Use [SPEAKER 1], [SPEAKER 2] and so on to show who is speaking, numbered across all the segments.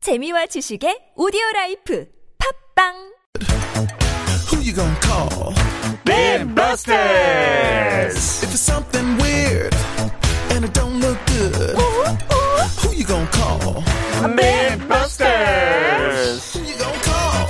[SPEAKER 1] 재미와 지식의 오디오 라이프 팝빵!
[SPEAKER 2] Who you gonna call?
[SPEAKER 3] Big Busters!
[SPEAKER 2] If it's something weird and it don't look good, who you gonna call?
[SPEAKER 3] Big Busters!
[SPEAKER 2] Who you gonna call?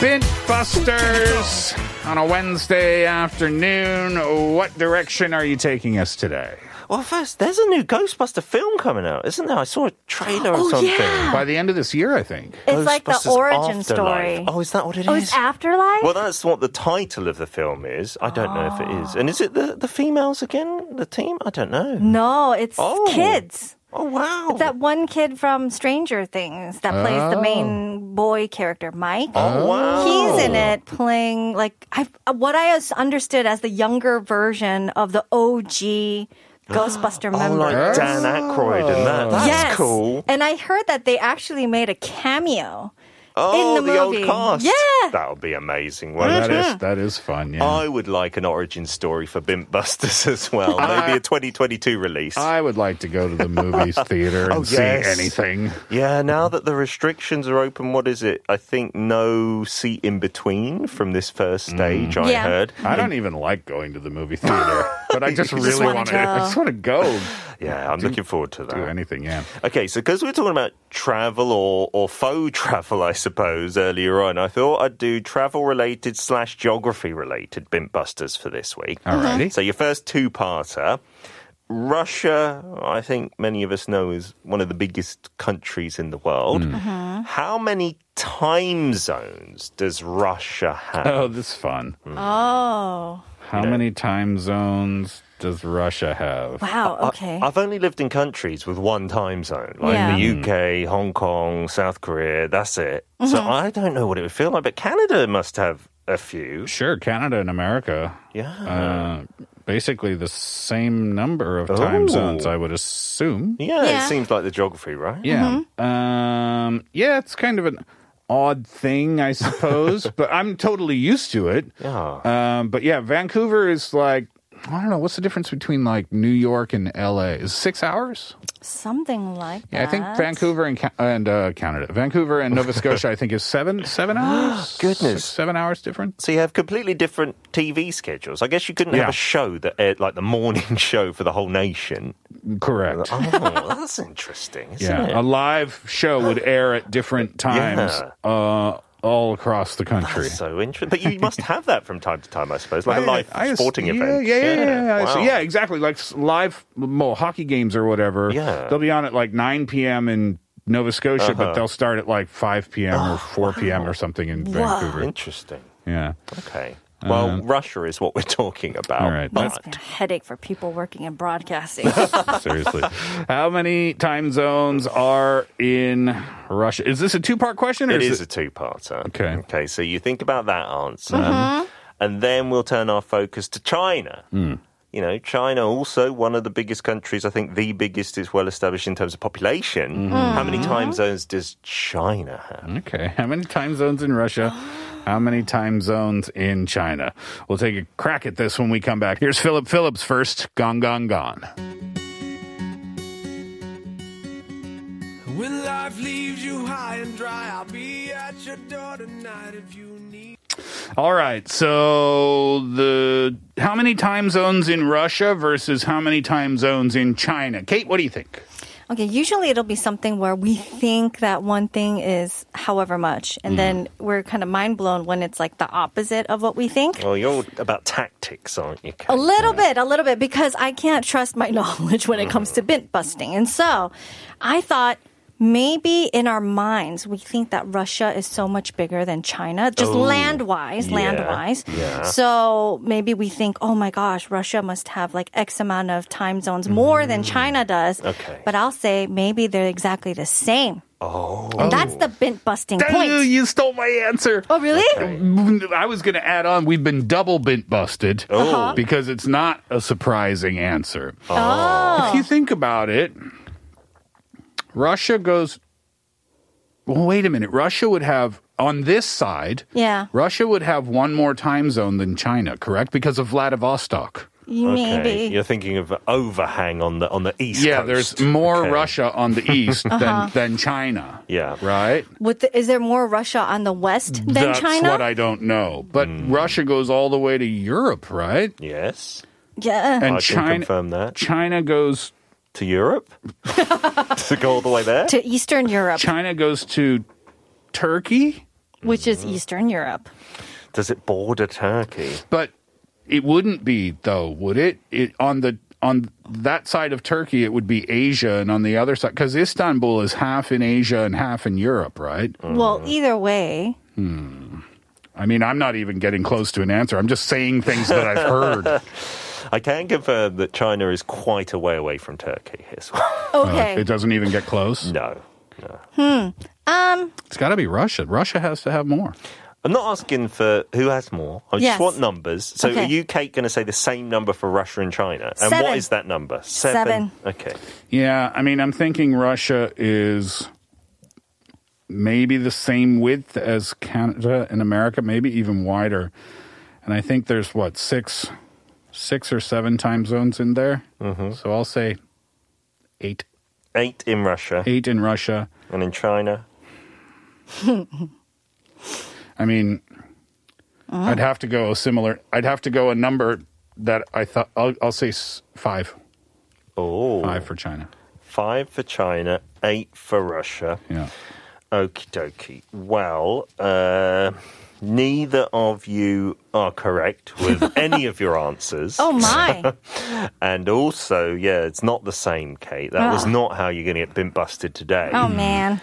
[SPEAKER 3] Big Busters! On a Wednesday afternoon, what direction are you taking us today?
[SPEAKER 4] Well, first, there's a new Ghostbuster film coming out, isn't there? I saw a trailer or something.
[SPEAKER 3] By the end of this year, I think.
[SPEAKER 5] Oh, It's like the
[SPEAKER 4] Ghostbusters
[SPEAKER 5] origin
[SPEAKER 4] Afterlife.
[SPEAKER 5] story.
[SPEAKER 4] Oh, is that what it is?
[SPEAKER 5] Oh, it's Afterlife?
[SPEAKER 4] well, that's what the title of the film is. I don't know if it is. And is it the, the females again? The team? I don't know.
[SPEAKER 5] no, it's
[SPEAKER 4] Oh.
[SPEAKER 5] kids.
[SPEAKER 4] Oh, wow.
[SPEAKER 5] That one kid from Stranger Things that plays the main boy character, Mike.
[SPEAKER 4] oh, wow.
[SPEAKER 5] He's in it playing like I what I as- understood as the younger version of the OG Ghostbuster
[SPEAKER 4] Oh,
[SPEAKER 5] member.
[SPEAKER 4] like Dan Aykroyd and that. That's
[SPEAKER 5] yes.
[SPEAKER 4] cool.
[SPEAKER 5] And I heard that they actually made a cameo.
[SPEAKER 4] Oh,
[SPEAKER 5] in the
[SPEAKER 4] old
[SPEAKER 5] movie.
[SPEAKER 4] cast.
[SPEAKER 5] Yeah. Mm-hmm.
[SPEAKER 4] That would be amazing,
[SPEAKER 3] That
[SPEAKER 4] wouldn't it?
[SPEAKER 3] is that is fun. Yeah.
[SPEAKER 4] I would like an origin story for Bimpbusters as well. Maybe a 2022 release.
[SPEAKER 3] I would like to go to the movies theater and
[SPEAKER 4] Oh,
[SPEAKER 3] see
[SPEAKER 4] yes.
[SPEAKER 3] anything.
[SPEAKER 4] Yeah, now that the restrictions are open, what is it? I think no seat in between from this first
[SPEAKER 3] Mm.
[SPEAKER 4] stage, I
[SPEAKER 5] Yeah.
[SPEAKER 4] heard.
[SPEAKER 3] I don't even like going to the movie theater, but I just really want
[SPEAKER 5] wanna
[SPEAKER 3] to.
[SPEAKER 5] go.
[SPEAKER 3] I just want to go Uh-huh.
[SPEAKER 4] Yeah, I'm looking forward to
[SPEAKER 3] do
[SPEAKER 4] that.
[SPEAKER 3] anything. Yeah.
[SPEAKER 4] Okay, so because we were talking about travel or, or faux travel, I suppose, earlier on, I thought I'd do travel related slash geography related bint busters for this week.
[SPEAKER 3] Alrighty.
[SPEAKER 4] So your first two parter. Russia, I think many of us know, is one of the biggest countries in the world.
[SPEAKER 5] Mm. Uh-huh.
[SPEAKER 4] How many time zones does Russia have?
[SPEAKER 3] Oh, this is fun.
[SPEAKER 5] Oh.
[SPEAKER 3] How many time zones does Russia
[SPEAKER 4] Uh,
[SPEAKER 3] have?
[SPEAKER 5] Wow, okay.
[SPEAKER 4] I, have only lived in countries with one time zone, like
[SPEAKER 5] Yeah. Mm.
[SPEAKER 4] the UK, Hong Kong, South Korea. That's it. So
[SPEAKER 5] Mm-hmm.
[SPEAKER 4] I don't know what it would feel like, but Canada must have a few.
[SPEAKER 3] Sure, Canada and America.
[SPEAKER 4] Yeah.
[SPEAKER 3] Uh, basically the same number of time
[SPEAKER 4] Oh.
[SPEAKER 3] zones, I would assume.
[SPEAKER 4] yeah,
[SPEAKER 5] Yeah.
[SPEAKER 4] it seems like the geography, right?
[SPEAKER 3] Yeah. Um, yeah, it's kind of an odd thing, I suppose, but I'm totally used to it.
[SPEAKER 4] Yeah.
[SPEAKER 3] Um, but yeah, Vancouver is like, I don't know, what's the difference between like New York and LA? Is it six hours?
[SPEAKER 5] Something like
[SPEAKER 3] Yeah, I think
[SPEAKER 5] that.
[SPEAKER 3] Vancouver and, Ca- and uh, Canada. Vancouver and Nova Scotia, I think, is seven seven hours.
[SPEAKER 4] Goodness.
[SPEAKER 3] Six, seven hours difference.
[SPEAKER 4] So you have completely different TV schedules. I guess you couldn't
[SPEAKER 3] Yeah.
[SPEAKER 4] have a show that aired like the morning show for the whole nation.
[SPEAKER 3] Correct.
[SPEAKER 4] Oh, that's interesting, isn't
[SPEAKER 3] yeah,
[SPEAKER 4] it?
[SPEAKER 3] a live show would air at different times uh, all across the country.
[SPEAKER 4] So interesting. But you must have that from time to time, I suppose, like a live
[SPEAKER 3] I- I-
[SPEAKER 4] sporting
[SPEAKER 3] yeah,
[SPEAKER 4] event.
[SPEAKER 3] Yeah, yeah, yeah. yeah. So,
[SPEAKER 4] Wow.
[SPEAKER 3] yeah, exactly. Like s- live well, hockey games or whatever.
[SPEAKER 4] Yeah. Uh-huh.
[SPEAKER 3] They'll be on at like 9 p.m. in Nova Scotia, but they'll start at like 5 p.m.
[SPEAKER 4] Oh,
[SPEAKER 3] or 4 p.m. or something in Vancouver.
[SPEAKER 4] Interesting.
[SPEAKER 3] Yeah.
[SPEAKER 4] Okay. Well, Russia is what we're talking about.
[SPEAKER 3] Uh, All right.
[SPEAKER 4] But
[SPEAKER 5] It's been a headache for people working in broadcasting.
[SPEAKER 3] Seriously. How many time zones are in Russia? Is this a two part question? Or
[SPEAKER 4] it is a two-parter.
[SPEAKER 3] Okay. Mm-hmm.
[SPEAKER 4] Okay. So you think about that answer, and then we'll turn our focus to China.
[SPEAKER 3] Mm.
[SPEAKER 4] You know, China also one of the biggest countries. I think the biggest is well established in terms of population.
[SPEAKER 3] Mm-hmm.
[SPEAKER 4] How many time zones does China have?
[SPEAKER 3] Okay. How many time zones in Russia? How many time zones in China? We'll take a crack at this when we come back. Here's Philip Phillips first. Gone, gone, gone.
[SPEAKER 2] When life leaves you high and dry, I'll be at your door tonight if you need.
[SPEAKER 3] All right. So the how many time zones in Russia versus how many time zones in China? Kate, what do you think?
[SPEAKER 5] okay, usually it'll be something where we think that one thing is however much, and then we're kind of mind blown when it's like the opposite of what we think.
[SPEAKER 4] Well, you're all about tactics, aren't you? Kate?
[SPEAKER 5] A little bit, a little bit, because I can't trust my knowledge when
[SPEAKER 4] Uh-huh.
[SPEAKER 5] it comes to bint busting. And so I thought maybe in our minds, we think that Russia is so much bigger than China, just land
[SPEAKER 4] Oh,
[SPEAKER 5] wise,
[SPEAKER 4] yeah,
[SPEAKER 5] land wise.
[SPEAKER 4] yeah.
[SPEAKER 5] So maybe we think, oh my gosh, Russia must have like X amount of time zones more than China does.
[SPEAKER 4] Mm. Okay.
[SPEAKER 5] But I'll say maybe they're exactly the same.
[SPEAKER 4] Oh.
[SPEAKER 5] And that's the bint busting point.
[SPEAKER 3] Ooh, you stole my answer.
[SPEAKER 5] oh, really?
[SPEAKER 3] I was going to add on. We've been double bent busted
[SPEAKER 4] Uh-huh.
[SPEAKER 3] because it's not a surprising answer.
[SPEAKER 5] Oh.
[SPEAKER 3] If you think about it, Russia goes. Well, wait a minute. Russia would have on this side.
[SPEAKER 5] Yeah.
[SPEAKER 3] Russia would have one more time zone than China, correct? Because of Vladivostok.
[SPEAKER 5] Maybe.
[SPEAKER 4] You're thinking of overhang on the on the east
[SPEAKER 3] Yeah,
[SPEAKER 4] coast.
[SPEAKER 3] there's more
[SPEAKER 4] Okay.
[SPEAKER 3] Russia on the east
[SPEAKER 5] Uh-huh.
[SPEAKER 3] than, than China.
[SPEAKER 4] Yeah.
[SPEAKER 3] Right?
[SPEAKER 5] With the, is there more Russia on the west than
[SPEAKER 3] That's
[SPEAKER 5] China?
[SPEAKER 3] what I don't know. But
[SPEAKER 4] Mm.
[SPEAKER 3] Russia goes all the way to Europe, right?
[SPEAKER 4] Yes.
[SPEAKER 5] yeah.
[SPEAKER 3] And
[SPEAKER 4] I
[SPEAKER 3] China
[SPEAKER 4] can confirm that.
[SPEAKER 3] China goes
[SPEAKER 4] To Europe? to go all the way there?
[SPEAKER 5] to Eastern Europe,
[SPEAKER 3] China goes to Turkey,
[SPEAKER 5] which is Eastern Europe.
[SPEAKER 4] Does it border Turkey?
[SPEAKER 3] but it wouldn't be though, would it? It on the on that side of Turkey, it would be Asia, and on the other side, because Istanbul is half in Asia and half in Europe, right?
[SPEAKER 5] Well, either way,
[SPEAKER 3] I mean, I'm not even getting close to an answer. I'm just saying things that I've heard.
[SPEAKER 4] I can confirm that China is quite a way away from Turkey as well.
[SPEAKER 5] okay.
[SPEAKER 3] It doesn't even get close.
[SPEAKER 4] no.
[SPEAKER 5] Um,
[SPEAKER 3] It's got to be Russia. Russia has to have more.
[SPEAKER 4] I'm not asking for who has more. I
[SPEAKER 5] Yes.
[SPEAKER 4] just want numbers. So
[SPEAKER 5] Okay.
[SPEAKER 4] are you, Kate, going to say the same number for Russia and China? And
[SPEAKER 5] Seven.
[SPEAKER 4] what is that number?
[SPEAKER 5] Seven.
[SPEAKER 4] Okay.
[SPEAKER 3] Yeah, I mean, I'm thinking Russia is maybe the same width as Canada and America, maybe even wider. And I think there's what six, six or seven time zones in there. So I'll say eight,
[SPEAKER 4] Eight in Russia.
[SPEAKER 3] eight in Russia.
[SPEAKER 4] And in China?
[SPEAKER 3] I mean, I'd have to go a similar. I'd have to go a number that I thought. I'll, I'll say s- five,
[SPEAKER 4] Oh,
[SPEAKER 3] five for China.
[SPEAKER 4] Five for China, eight for Russia.
[SPEAKER 3] Yeah.
[SPEAKER 4] Okie dokie. Well, uh, neither of you are correct with any of your answers.
[SPEAKER 5] Oh my.
[SPEAKER 4] And also, yeah, it's not the same, Kate. That
[SPEAKER 3] Ah.
[SPEAKER 4] was not how you're going to get bin busted today.
[SPEAKER 5] Oh man.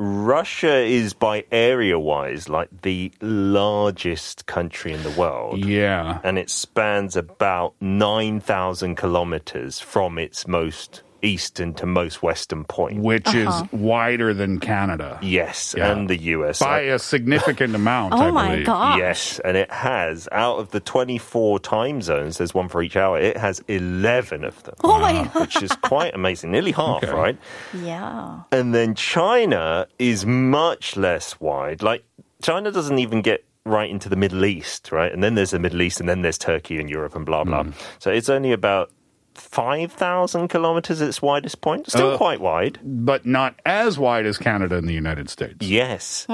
[SPEAKER 4] Russia is, by area wise, like the largest country in the world.
[SPEAKER 3] Yeah.
[SPEAKER 4] And it spans about 9,000 kilometers from its most eastern to most western point.
[SPEAKER 3] Which is wider than Canada.
[SPEAKER 4] Yes,
[SPEAKER 3] Yeah.
[SPEAKER 4] and the US.
[SPEAKER 3] by a significant amount.
[SPEAKER 5] Oh
[SPEAKER 3] I
[SPEAKER 5] my
[SPEAKER 3] believe.
[SPEAKER 5] gosh.
[SPEAKER 4] Yes, and it has, out of the 24 time zones, there's one for each hour, it has 11 of them.
[SPEAKER 5] Oh my Wow.
[SPEAKER 4] Which is quite amazing, nearly half,
[SPEAKER 3] Okay.
[SPEAKER 4] right?
[SPEAKER 5] Yeah.
[SPEAKER 4] And then China is much less wide. Like, China doesn't even get right into the Middle East, right? And then there's the Middle East, and then there's Turkey and Europe and blah, blah. So it's only about 5,000 kilometers at its widest point. Still quite wide.
[SPEAKER 3] But not as wide as Canada and the United States.
[SPEAKER 4] Yes.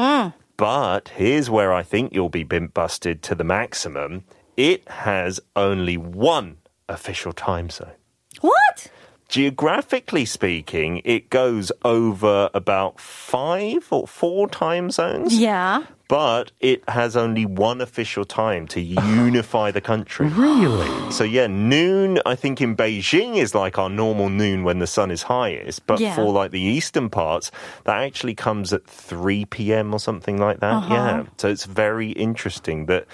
[SPEAKER 4] But here's where I think you'll be bint busted to the maximum. It has only one official time zone.
[SPEAKER 5] What?
[SPEAKER 4] Geographically speaking, it goes over about five or four time zones,
[SPEAKER 5] Yeah.
[SPEAKER 4] but it has only one official time to unify the country.
[SPEAKER 3] Really?
[SPEAKER 4] So, yeah, noon, I think in Beijing is like our normal noon when the sun is highest. But
[SPEAKER 5] Yeah.
[SPEAKER 4] for like the eastern parts, that actually comes at 3 p.m. or something like that. Yeah. So it's very interesting that.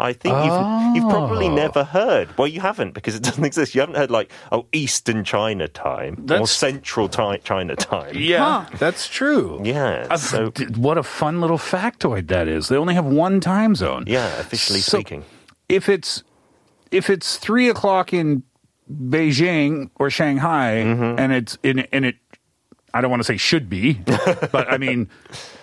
[SPEAKER 4] I think you've, you've probably never heard. Well, you haven't because it doesn't exist. You haven't heard like oh Eastern China time or
[SPEAKER 3] That's-
[SPEAKER 4] Central Ti- China time.
[SPEAKER 3] Yeah, that's true.
[SPEAKER 4] Yeah,
[SPEAKER 3] Uh,
[SPEAKER 4] so-
[SPEAKER 3] d- what a fun little factoid that is. They only have one time zone.
[SPEAKER 4] Yeah, officially
[SPEAKER 3] So-
[SPEAKER 4] speaking.
[SPEAKER 3] If it's if it's three o'clock in Beijing or Shanghai,
[SPEAKER 5] Mm-hmm.
[SPEAKER 3] and it's in and it. I don't want to say should be, but I mean,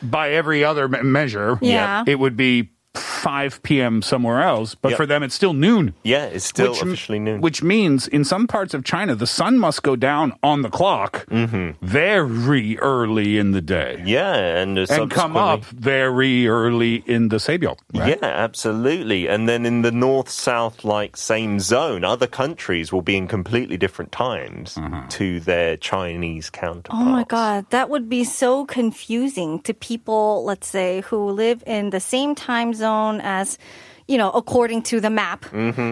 [SPEAKER 3] by every other me- measure,
[SPEAKER 5] Yeah.
[SPEAKER 3] it would be 5 p.m. somewhere else. But
[SPEAKER 4] Yep.
[SPEAKER 3] for them, it's still noon.
[SPEAKER 4] Yeah, it's still
[SPEAKER 3] which, m-
[SPEAKER 4] officially noon.
[SPEAKER 3] Which means in some parts of China, the sun must go down on the clock
[SPEAKER 4] Mm-hmm.
[SPEAKER 3] very early in the day
[SPEAKER 4] yeah, and,
[SPEAKER 3] and come
[SPEAKER 4] subsequently-
[SPEAKER 3] up very early in the Sabiel. Right?
[SPEAKER 4] Yeah, absolutely. And then in the north south, like same zone, other countries will be in completely different times
[SPEAKER 3] Mm-hmm.
[SPEAKER 4] to their Chinese counterparts.
[SPEAKER 5] Oh my god, that would be so confusing to people, let's say, who live in the same time zone as, you know, according to the map,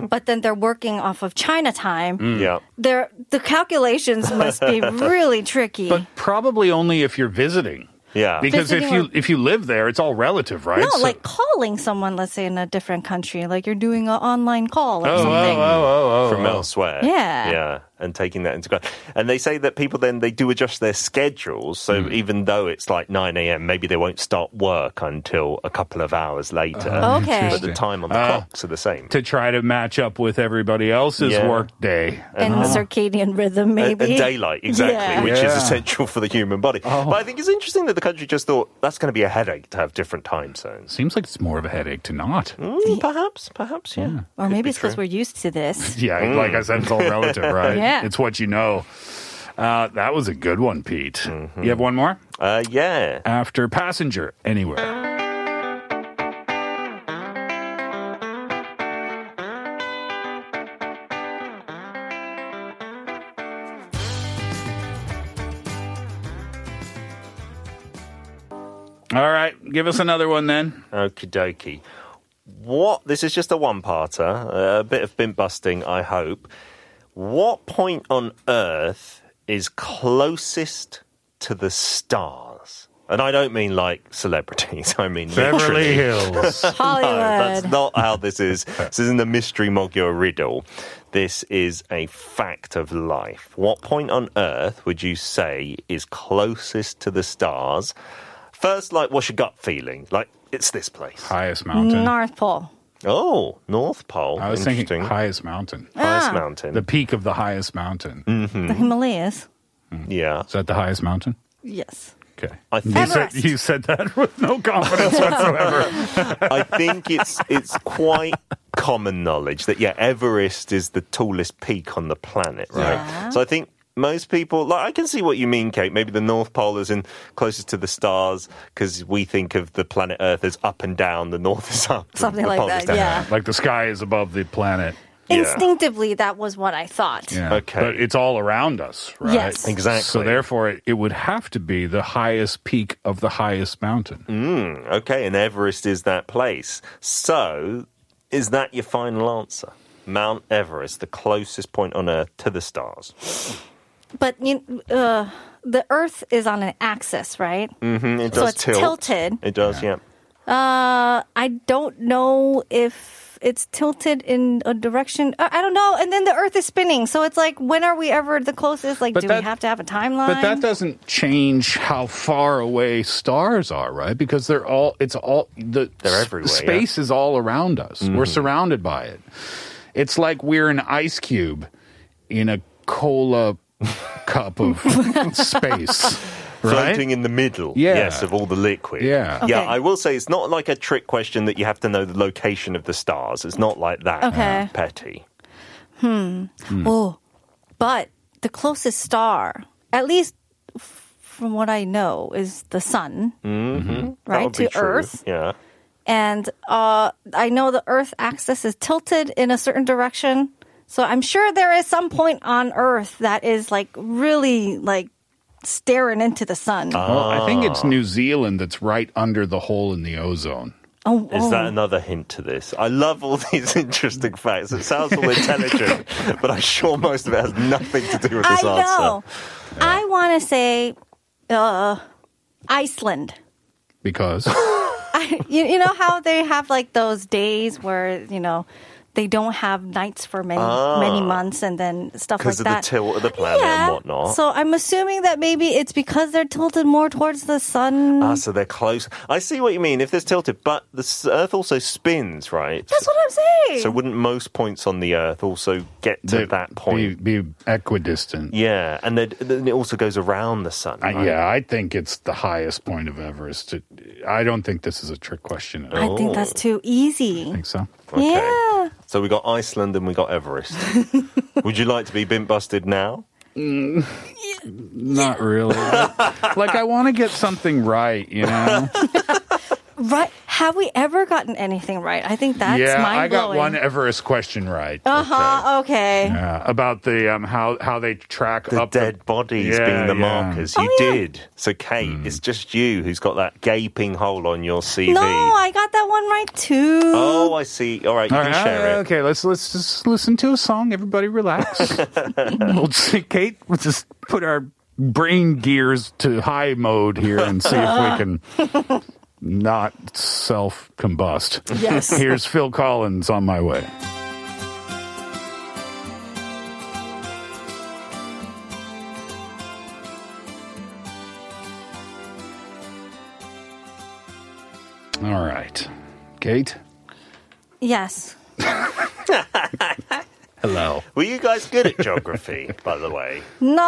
[SPEAKER 5] but then they're working off of China time.
[SPEAKER 3] Hmm.
[SPEAKER 4] Yeah.
[SPEAKER 5] Their the calculations must be really tricky.
[SPEAKER 3] But probably only if you're visiting.
[SPEAKER 4] Yeah.
[SPEAKER 3] Because if
[SPEAKER 5] Visiting
[SPEAKER 3] you if you live there, it's all relative, right?
[SPEAKER 5] no,
[SPEAKER 3] So-
[SPEAKER 5] like calling someone, let's say in a different country, like you're doing an online call or
[SPEAKER 3] oh, oh,
[SPEAKER 5] something.
[SPEAKER 3] oh, oh, oh,
[SPEAKER 4] From
[SPEAKER 3] oh.
[SPEAKER 4] elsewhere.
[SPEAKER 5] Yeah.
[SPEAKER 4] Yeah. and taking that into account. And they say that people then they do adjust their schedules. So
[SPEAKER 3] Hmm.
[SPEAKER 4] even though it's like nine a.m., maybe they won't start work until a couple of hours later.
[SPEAKER 3] oh.
[SPEAKER 5] Oh, Okay.
[SPEAKER 4] But the time on
[SPEAKER 3] Uh,
[SPEAKER 4] the clocks are the same.
[SPEAKER 3] to try to match up with everybody else's
[SPEAKER 4] Yeah.
[SPEAKER 3] work day.
[SPEAKER 5] and circadian rhythm,
[SPEAKER 4] and- And
[SPEAKER 5] maybe.
[SPEAKER 4] daylight, exactly,
[SPEAKER 5] Yeah.
[SPEAKER 4] which is
[SPEAKER 3] Yeah.
[SPEAKER 4] essential for the human body. But I think it's interesting that the country just thought that's going to be a headache to have different time zones.
[SPEAKER 3] Seems like it's more of a headache to not.
[SPEAKER 4] Mm, perhaps, perhaps, yeah.
[SPEAKER 5] Or maybe it's because we're used to this.
[SPEAKER 3] Yeah,
[SPEAKER 4] Mm.
[SPEAKER 3] like I said, it's all relative, right?
[SPEAKER 5] Yeah.
[SPEAKER 3] It's what you know. Uh, that was a good one, Pete.
[SPEAKER 4] Mm-hmm.
[SPEAKER 3] You have one more?
[SPEAKER 4] Uh, yeah.
[SPEAKER 3] After passenger, anywhere. All right, give us another one then.
[SPEAKER 4] Okie dokie. What? This is just a one parter, uh, a bit of bin busting, I hope. What point on Earth is closest to the stars? And I don't mean like celebrities, I mean literally.
[SPEAKER 3] Hills.
[SPEAKER 5] Hollywood.
[SPEAKER 4] That's not how this is. This isn't a mystery mug or riddle. This is a fact of life. What point on earth would you say is closest to the stars? First, like, what's your gut feeling? Like, it's this place.
[SPEAKER 3] highest mountain.
[SPEAKER 5] North Pole.
[SPEAKER 4] Oh, North Pole.
[SPEAKER 3] I was
[SPEAKER 4] Interesting.
[SPEAKER 3] thinking highest mountain.
[SPEAKER 4] Highest
[SPEAKER 5] Ah.
[SPEAKER 4] mountain.
[SPEAKER 3] The peak of the highest mountain.
[SPEAKER 4] Mm.
[SPEAKER 5] The Himalayas.
[SPEAKER 4] yeah.
[SPEAKER 3] Is that the highest mountain?
[SPEAKER 5] Yes.
[SPEAKER 3] Okay.
[SPEAKER 4] I
[SPEAKER 3] You
[SPEAKER 4] think,
[SPEAKER 3] said,
[SPEAKER 5] Everest.
[SPEAKER 3] you said that with no confidence whatsoever.
[SPEAKER 4] I think it's it's quite common knowledge that yeah, Everest is the tallest peak on the planet, right?
[SPEAKER 5] Yeah.
[SPEAKER 4] So I think most people like I can see what you mean, Kate. Maybe the North Pole is in closest to the stars because we think of the planet Earth as up and down. The North is up, and
[SPEAKER 5] Something
[SPEAKER 4] the
[SPEAKER 5] like
[SPEAKER 4] Pole
[SPEAKER 5] that,
[SPEAKER 4] is down.
[SPEAKER 5] yeah.
[SPEAKER 3] like the sky is above the planet.
[SPEAKER 4] Yeah.
[SPEAKER 5] Instinctively, that was what I thought.
[SPEAKER 3] Yeah.
[SPEAKER 4] Okay.
[SPEAKER 3] But it's all around us, right?
[SPEAKER 5] Yes.
[SPEAKER 4] Exactly.
[SPEAKER 3] So therefore, it, it would have to be the highest peak of the highest mountain.
[SPEAKER 4] Mm. Okay, and Everest is that place. So, is that your final answer? Mount Everest, the closest point on Earth to the stars.
[SPEAKER 5] But you, uh, the Earth is on an axis, right?
[SPEAKER 4] Mm,
[SPEAKER 3] Mm-hmm.
[SPEAKER 4] it
[SPEAKER 5] So
[SPEAKER 4] does
[SPEAKER 5] it's
[SPEAKER 4] tilt.
[SPEAKER 5] tilted.
[SPEAKER 4] It does, yeah.
[SPEAKER 5] Uh, I don't know if it's tilted in a direction. I I don't know. And then the Earth is spinning, so it's like, when are we ever the closest? Like,
[SPEAKER 3] But
[SPEAKER 5] do
[SPEAKER 3] that-
[SPEAKER 5] we have to have a timeline?
[SPEAKER 3] But that doesn't change how far away stars are, right? Because they're all it's all the
[SPEAKER 4] They're
[SPEAKER 3] s-
[SPEAKER 4] everywhere, Mm-hmm.
[SPEAKER 3] Space is all around us. We're surrounded by it. It's like we're an ice cube in a cola cup of space, right?
[SPEAKER 4] floating in the middle.
[SPEAKER 3] Yeah.
[SPEAKER 4] Yes, of all the liquid.
[SPEAKER 3] Yeah.
[SPEAKER 5] Okay.
[SPEAKER 4] Yeah, I will say it's not like a trick question that you have to know the location of the stars. It's not like that uh,
[SPEAKER 5] Okay.
[SPEAKER 4] petty.
[SPEAKER 5] Oh, but the closest star, at least f- from what I know, is the sun,
[SPEAKER 3] Mm-hmm.
[SPEAKER 4] That
[SPEAKER 5] right,
[SPEAKER 4] would be
[SPEAKER 5] to
[SPEAKER 4] true.
[SPEAKER 5] Earth.
[SPEAKER 4] Yeah.
[SPEAKER 5] And uh, I know the Earth axis is tilted in a certain direction. So I'm sure there is some point on Earth that is like really like staring into the sun.
[SPEAKER 3] Well, I think
[SPEAKER 4] Ah.
[SPEAKER 3] it's New Zealand that's right under the hole in the ozone.
[SPEAKER 5] oh,
[SPEAKER 4] Is
[SPEAKER 5] oh.
[SPEAKER 4] that another hint to this? I love all these interesting facts. It sounds all intelligent, but I'm sure most of it has nothing to do with
[SPEAKER 5] I
[SPEAKER 4] this answer.
[SPEAKER 5] know. I want to say uh, Iceland.
[SPEAKER 3] Because
[SPEAKER 5] I, you, you know how they have like those days where you know they don't have nights for many many months and then stuff like
[SPEAKER 4] Because Ah. of
[SPEAKER 5] that
[SPEAKER 4] the tilt of the planet
[SPEAKER 5] yeah.
[SPEAKER 4] and whatnot.
[SPEAKER 5] So I'm assuming that maybe it's because they're tilted more towards the sun.
[SPEAKER 4] Ah, so they're close. I see what you mean. If there's tilted, but the s- Earth also spins, right?
[SPEAKER 5] That's what I'm saying.
[SPEAKER 4] So wouldn't most points on the Earth also get
[SPEAKER 3] they'd
[SPEAKER 4] to that point?
[SPEAKER 3] be, be equidistant.
[SPEAKER 4] Yeah, and then then it also goes around the sun.
[SPEAKER 3] I,
[SPEAKER 4] right?
[SPEAKER 3] Uh, yeah, I think it's the highest point of Everest. It, I don't think this is a trick question. At all.
[SPEAKER 5] I think that's too easy.
[SPEAKER 3] think so.
[SPEAKER 4] Oh. Okay.
[SPEAKER 5] Yeah.
[SPEAKER 4] So we got Iceland and we got Everest. Would you like to be bint busted now?
[SPEAKER 3] Not really. like I want to get something right, you know.
[SPEAKER 5] Right? Have we ever gotten anything right? I think that's
[SPEAKER 3] yeah, I
[SPEAKER 5] mind blowing.
[SPEAKER 3] got one Everest question right
[SPEAKER 4] Oh.
[SPEAKER 5] Uh huh. Okay.
[SPEAKER 3] uh, about the um, how how they track
[SPEAKER 4] The
[SPEAKER 3] up
[SPEAKER 4] dead bodies
[SPEAKER 3] Yeah,
[SPEAKER 4] being the
[SPEAKER 3] yeah. Hmm.
[SPEAKER 4] markers.
[SPEAKER 5] Oh,
[SPEAKER 4] You did. So Kate, it's just you who's got that gaping hole on your CV.
[SPEAKER 5] No, I got that one right too.
[SPEAKER 4] oh, I see. All right, you
[SPEAKER 3] All
[SPEAKER 4] can
[SPEAKER 3] right,
[SPEAKER 4] share it.
[SPEAKER 3] okay, let's let's just listen to a song. Everybody relax. we'll see, Kate, we'll just put our brain gears to high mode here and see if we can not self combust.
[SPEAKER 5] Yes.
[SPEAKER 3] Here's Phil Collins on my way. All right. Kate?
[SPEAKER 5] Yes.
[SPEAKER 3] Hello.
[SPEAKER 4] Were you guys good at geography, by the way?
[SPEAKER 5] No,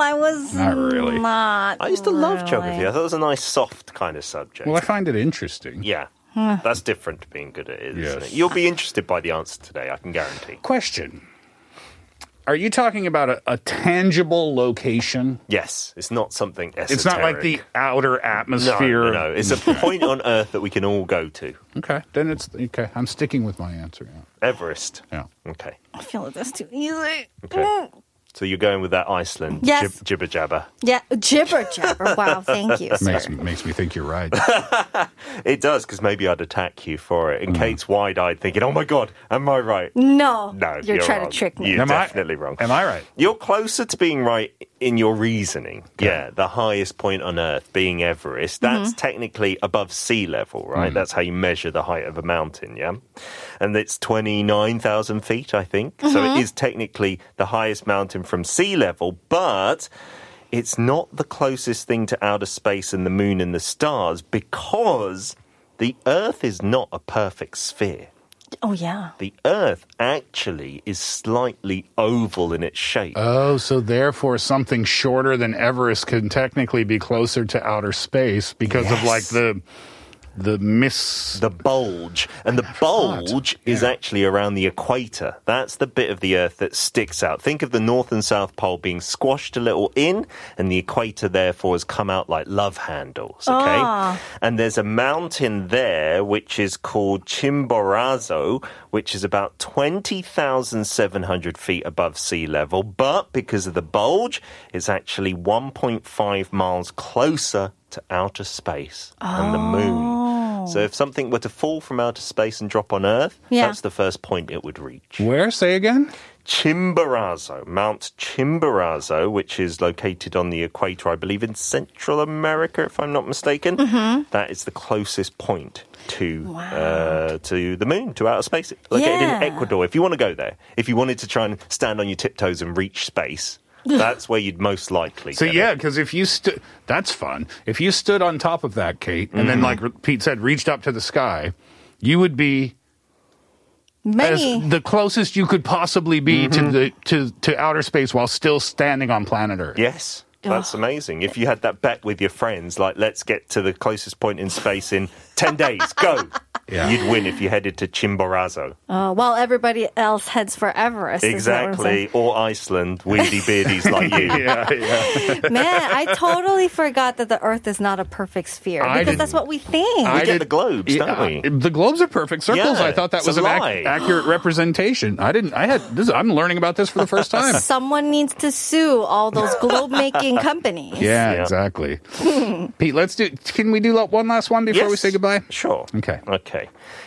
[SPEAKER 5] I was
[SPEAKER 3] Not really.
[SPEAKER 5] Not
[SPEAKER 4] I used to love geography. I
[SPEAKER 5] really.
[SPEAKER 4] thought it was a nice, soft kind of subject.
[SPEAKER 3] Well, I find it interesting.
[SPEAKER 4] Yeah. That's different to being good at it, isn't
[SPEAKER 3] Yes.
[SPEAKER 4] it? You'll be interested by the answer today, I can guarantee.
[SPEAKER 3] Question Are you talking about a, a tangible location?
[SPEAKER 4] Yes, it's not something esoteric.
[SPEAKER 3] It's not like the outer
[SPEAKER 4] no,
[SPEAKER 3] atmosphere.
[SPEAKER 4] no, no. It's a point on Earth that we can all go to.
[SPEAKER 3] Okay. Then it's okay. I'm sticking with my answer. Yeah.
[SPEAKER 4] Everest.
[SPEAKER 3] yeah.
[SPEAKER 4] Okay.
[SPEAKER 5] I feel like that's too easy.
[SPEAKER 4] Okay. So you're going with that Iceland
[SPEAKER 5] Yes.
[SPEAKER 4] jib- jibber jabber.
[SPEAKER 5] Yeah, gibber jabber. Wow, thank you. Sir.
[SPEAKER 3] Makes, makes me think you're right.
[SPEAKER 4] It does, because maybe I'd attack you for
[SPEAKER 3] Mm.
[SPEAKER 4] it. And Kate's wide eyed thinking, oh my God, am I right?
[SPEAKER 5] No,
[SPEAKER 4] No,
[SPEAKER 5] you're, trying
[SPEAKER 4] wrong.
[SPEAKER 5] to trick me.
[SPEAKER 4] You're
[SPEAKER 3] Am I-
[SPEAKER 4] definitely wrong.
[SPEAKER 3] Am I right?
[SPEAKER 4] You're closer to being right in your reasoning. Yeah, the highest point on Earth being Everest. That's technically above sea level, right? That's how you measure the height of a mountain, yeah? And it's 29,000 feet, I think. So it is technically the highest mountain from sea level, but. It's not the closest thing to outer space and the moon and the stars because the Earth is not a perfect sphere
[SPEAKER 5] Oh yeah.
[SPEAKER 4] the Earth actually is slightly oval in its shape.
[SPEAKER 3] Oh, so therefore something shorter than Everest can technically be closer to outer space because of
[SPEAKER 4] Yes.
[SPEAKER 3] like the the miss.
[SPEAKER 4] the bulge. And the
[SPEAKER 3] thought.
[SPEAKER 4] bulge is actually around the equator. That's the bit of the Earth that sticks out. Think of the North and South Pole being squashed a little in, and the equator, therefore, has come out like love handles. Okay? And there's a mountain there which is called Chimborazo, which is about 20,700 feet above sea level. But because of the bulge, it's actually 1.5 miles closer to outer space and the moon. So if something were to fall from outer space and drop on Earth,
[SPEAKER 5] Oh. Yeah.
[SPEAKER 4] that's the first point it would reach.
[SPEAKER 3] Where? Say again?
[SPEAKER 4] Chimborazo, Mount Chimborazo, which is located on the equator, I believe, in Central America, if I'm not mistaken.
[SPEAKER 5] Mm-hmm.
[SPEAKER 4] That is the closest point to uh, to the moon, to outer space, located in
[SPEAKER 5] Yeah.
[SPEAKER 4] Ecuador. If you want to go there, if you wanted to try and stand on your tiptoes and reach space, that's where you'd most likely.
[SPEAKER 3] So
[SPEAKER 4] get
[SPEAKER 3] yeah,
[SPEAKER 4] it.
[SPEAKER 3] because if you stood, that's fun. If you stood on top of that, Kate, and then
[SPEAKER 4] Mm-hmm.
[SPEAKER 3] like Pete said, reached up to the sky, you would be as
[SPEAKER 5] Many.
[SPEAKER 3] the closest you could possibly be
[SPEAKER 4] Mm-hmm.
[SPEAKER 3] to the to to outer space while still standing on planet Earth.
[SPEAKER 4] Yes.
[SPEAKER 5] Ah.
[SPEAKER 4] That's amazing. If you had that bet with your friends, like let's get to the closest point in space in ten days, go.
[SPEAKER 3] Yeah.
[SPEAKER 4] You'd win if you headed to Chimborazo.
[SPEAKER 5] Uh, while everybody else heads for Everest. is that what I'm saying?
[SPEAKER 4] Exactly. Or Iceland, weedy beardies like you.
[SPEAKER 3] Yeah, yeah.
[SPEAKER 5] Man, I totally forgot that the Earth is not a perfect sphere
[SPEAKER 3] I
[SPEAKER 5] because
[SPEAKER 3] didn't-
[SPEAKER 5] that's what we think.
[SPEAKER 4] I- get the globes, don't we?
[SPEAKER 3] I- the globes are perfect circles.
[SPEAKER 4] Yeah,
[SPEAKER 3] I thought that
[SPEAKER 4] it's
[SPEAKER 3] was
[SPEAKER 4] a
[SPEAKER 3] an ac-
[SPEAKER 4] lie.
[SPEAKER 3] accurate representation. I didn't. I had. This, I'm learning about this for the first time.
[SPEAKER 5] Someone needs to sue all those globe making companies.
[SPEAKER 3] yeah,
[SPEAKER 4] Yeah.
[SPEAKER 3] exactly. Pete, let's do. Can we do lo- one last one before we
[SPEAKER 4] Yes.
[SPEAKER 3] say goodbye?
[SPEAKER 4] Sure.
[SPEAKER 3] Okay.
[SPEAKER 4] Okay.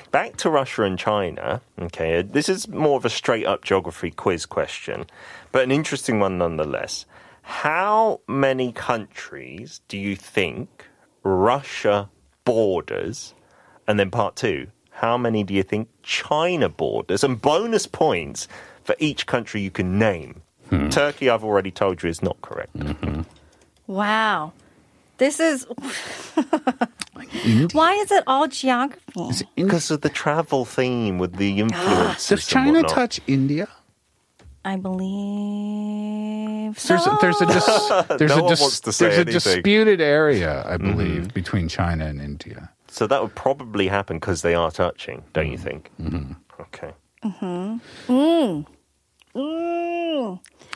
[SPEAKER 4] Back to Russia and China. Okay. uh, This is more of a straight up geography quiz question, but an interesting one nonetheless. How many countries do you think Russia borders? And then part two, how many do you think China borders? And bonus points for each country you can name.
[SPEAKER 3] Hmm.
[SPEAKER 4] Turkey, I've already told you, is not correct.
[SPEAKER 5] Wow. This is. Why is it all geography?
[SPEAKER 4] Because of the travel theme with the influences.
[SPEAKER 3] Ah, Does
[SPEAKER 4] and
[SPEAKER 3] China
[SPEAKER 4] whatnot.
[SPEAKER 3] touch India?
[SPEAKER 5] I believe. So.
[SPEAKER 3] There's a, there's a dis- there's
[SPEAKER 4] No
[SPEAKER 3] a
[SPEAKER 4] one
[SPEAKER 3] dis-
[SPEAKER 4] wants to say
[SPEAKER 3] there's a
[SPEAKER 4] anything. Mm-hmm.
[SPEAKER 3] disputed area, I believe, between China and India.
[SPEAKER 4] So that would probably happen because they are touching, don't
[SPEAKER 3] Mm-hmm.
[SPEAKER 4] you think? Okay.
[SPEAKER 5] Mm.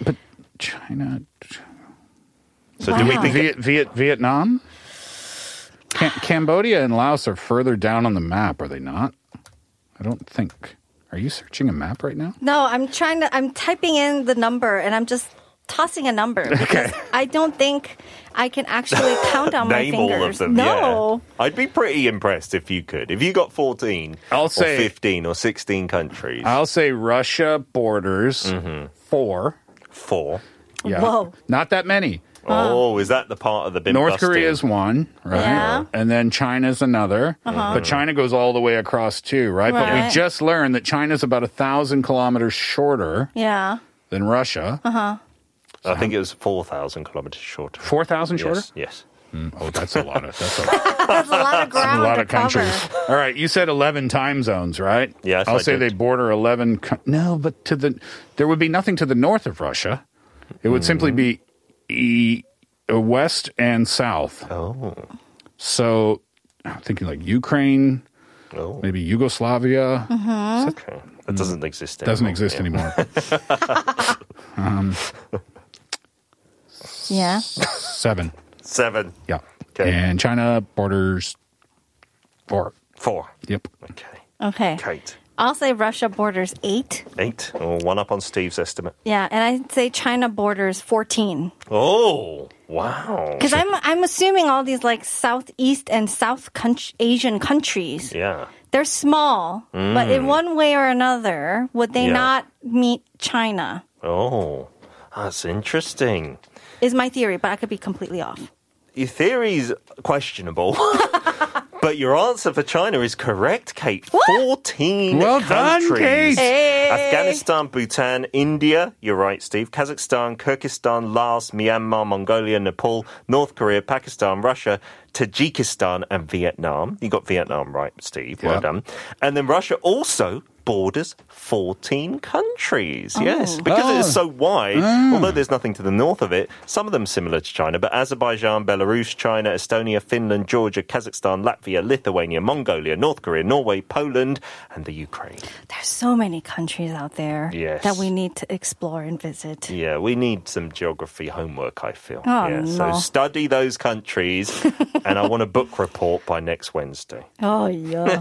[SPEAKER 3] But China, Ch-
[SPEAKER 4] So do we think?
[SPEAKER 3] Viet, Viet, Vietnam, Cam- Cambodia, and Laos are further down on the map, are they not? I don't think. Are you searching a map right now?
[SPEAKER 5] No, I'm trying to. I'm typing in the number and I'm just tossing a number because I don't think I can actually count on my
[SPEAKER 4] Name
[SPEAKER 5] fingers.
[SPEAKER 4] all of them.
[SPEAKER 5] no.
[SPEAKER 4] Yeah. I'd be pretty impressed if you could. If you got 14
[SPEAKER 3] I'll
[SPEAKER 4] or
[SPEAKER 3] say- Uh,
[SPEAKER 4] 15 or 16 countries.
[SPEAKER 3] I'll say Russia borders four.
[SPEAKER 4] Four.
[SPEAKER 3] Mm-hmm. Yeah.
[SPEAKER 5] Whoa.
[SPEAKER 3] Not that many.
[SPEAKER 5] Ah.
[SPEAKER 4] Oh, is that the part of the bin
[SPEAKER 3] North
[SPEAKER 4] busting?
[SPEAKER 3] Korea's one, right?
[SPEAKER 5] Yeah. Uh-huh.
[SPEAKER 3] And then China's another. But China goes all the way across too, right? But we
[SPEAKER 5] Right.
[SPEAKER 3] just learned that China's about a thousand kilometers shorter
[SPEAKER 5] Yeah.
[SPEAKER 3] than Russia.
[SPEAKER 5] Uh-huh.
[SPEAKER 4] I think it was 4,000 kilometers shorter.
[SPEAKER 3] Four thousand shorter?
[SPEAKER 4] Yes. yes.
[SPEAKER 3] Oh, that's a lot of that's a,
[SPEAKER 5] That's a lot of
[SPEAKER 3] a
[SPEAKER 5] ground.
[SPEAKER 3] lot
[SPEAKER 5] to
[SPEAKER 3] of countries.
[SPEAKER 5] cover.
[SPEAKER 3] All right, you said eleven time zones, right?
[SPEAKER 4] Yes,
[SPEAKER 3] I'll
[SPEAKER 4] I
[SPEAKER 3] say they
[SPEAKER 4] did.
[SPEAKER 3] border eleven. Co- no, but to the there would be nothing to the north of Russia. It would simply be e, uh, west and south.
[SPEAKER 4] Oh,
[SPEAKER 3] So I'm thinking like Ukraine,
[SPEAKER 4] oh,
[SPEAKER 3] maybe Yugoslavia.
[SPEAKER 4] okay. That doesn't exist anymore.
[SPEAKER 3] Doesn't exist
[SPEAKER 4] Yeah.
[SPEAKER 3] anymore.
[SPEAKER 5] Yeah.
[SPEAKER 3] Seven.
[SPEAKER 4] Seven,
[SPEAKER 3] Yeah.
[SPEAKER 4] Okay.
[SPEAKER 3] And China borders four.
[SPEAKER 4] four.
[SPEAKER 3] Yep.
[SPEAKER 4] Okay,
[SPEAKER 5] Okay.
[SPEAKER 4] Kate,
[SPEAKER 5] I'll say Russia borders eight.
[SPEAKER 4] eight. Oh, one up on Steve's estimate.
[SPEAKER 5] Yeah, and I'd say China borders fourteen.
[SPEAKER 4] Oh, wow.
[SPEAKER 5] Because I'm I'm assuming all these like Southeast and South country, Asian countries,
[SPEAKER 4] Yeah.
[SPEAKER 5] they're small, but in one way or another, would they
[SPEAKER 4] Mm. Yeah.
[SPEAKER 5] not meet China?
[SPEAKER 4] Oh, that's interesting.
[SPEAKER 5] Is my theory, but I could be completely off.
[SPEAKER 4] Your theory's questionable. But your answer for China is correct, Kate. 14
[SPEAKER 3] Well done, Kate.
[SPEAKER 4] countries.
[SPEAKER 5] Hey.
[SPEAKER 4] Afghanistan, Bhutan, India, you're right, Steve, Kazakhstan, Kyrgyzstan, Laos, Myanmar, Mongolia, Nepal, North Korea, Pakistan, Russia, Tajikistan, and Vietnam. You got Vietnam right, Steve. Well
[SPEAKER 3] Yeah.
[SPEAKER 4] done. And then Russia also borders 14 countries. Yes, because it is so wide, although there's nothing to the north of it, some of them similar to China, but Azerbaijan, Belarus, China, Estonia, Finland, Georgia, Kazakhstan, Latvia, Lithuania, Mongolia, North Korea, Norway, Poland, and the Ukraine.
[SPEAKER 5] There's so many countries out there
[SPEAKER 4] Yes.
[SPEAKER 5] that we need to explore and visit.
[SPEAKER 4] Yeah, we need some geography homework, I feel.
[SPEAKER 5] Oh,
[SPEAKER 4] yeah, So
[SPEAKER 5] no.
[SPEAKER 4] study those countries, and I want a book report by next Wednesday.
[SPEAKER 5] Oh yeah,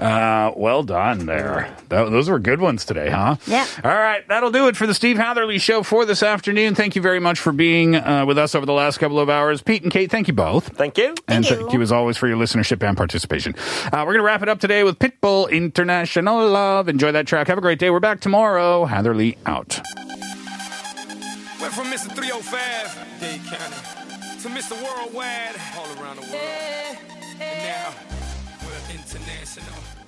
[SPEAKER 3] Uh, well done there. That, those were good ones today, huh?
[SPEAKER 5] Yeah.
[SPEAKER 3] All right, that'll do it for the Steve Hatherley Show for this afternoon. Thank you very much for being uh, with us over the last couple of hours. Pete and Kate, thank you both.
[SPEAKER 4] Thank you.
[SPEAKER 3] and
[SPEAKER 5] you.
[SPEAKER 3] thank you as always for your listenership and participation. Uh, we're going to wrap it up today with Pitbull International Love. Enjoy that track. Have a great day. We're back tomorrow. Hatherley out.
[SPEAKER 6] Went from Mr. 305, Dade County, to Mr. Worldwide, all around the world. And now, we're international.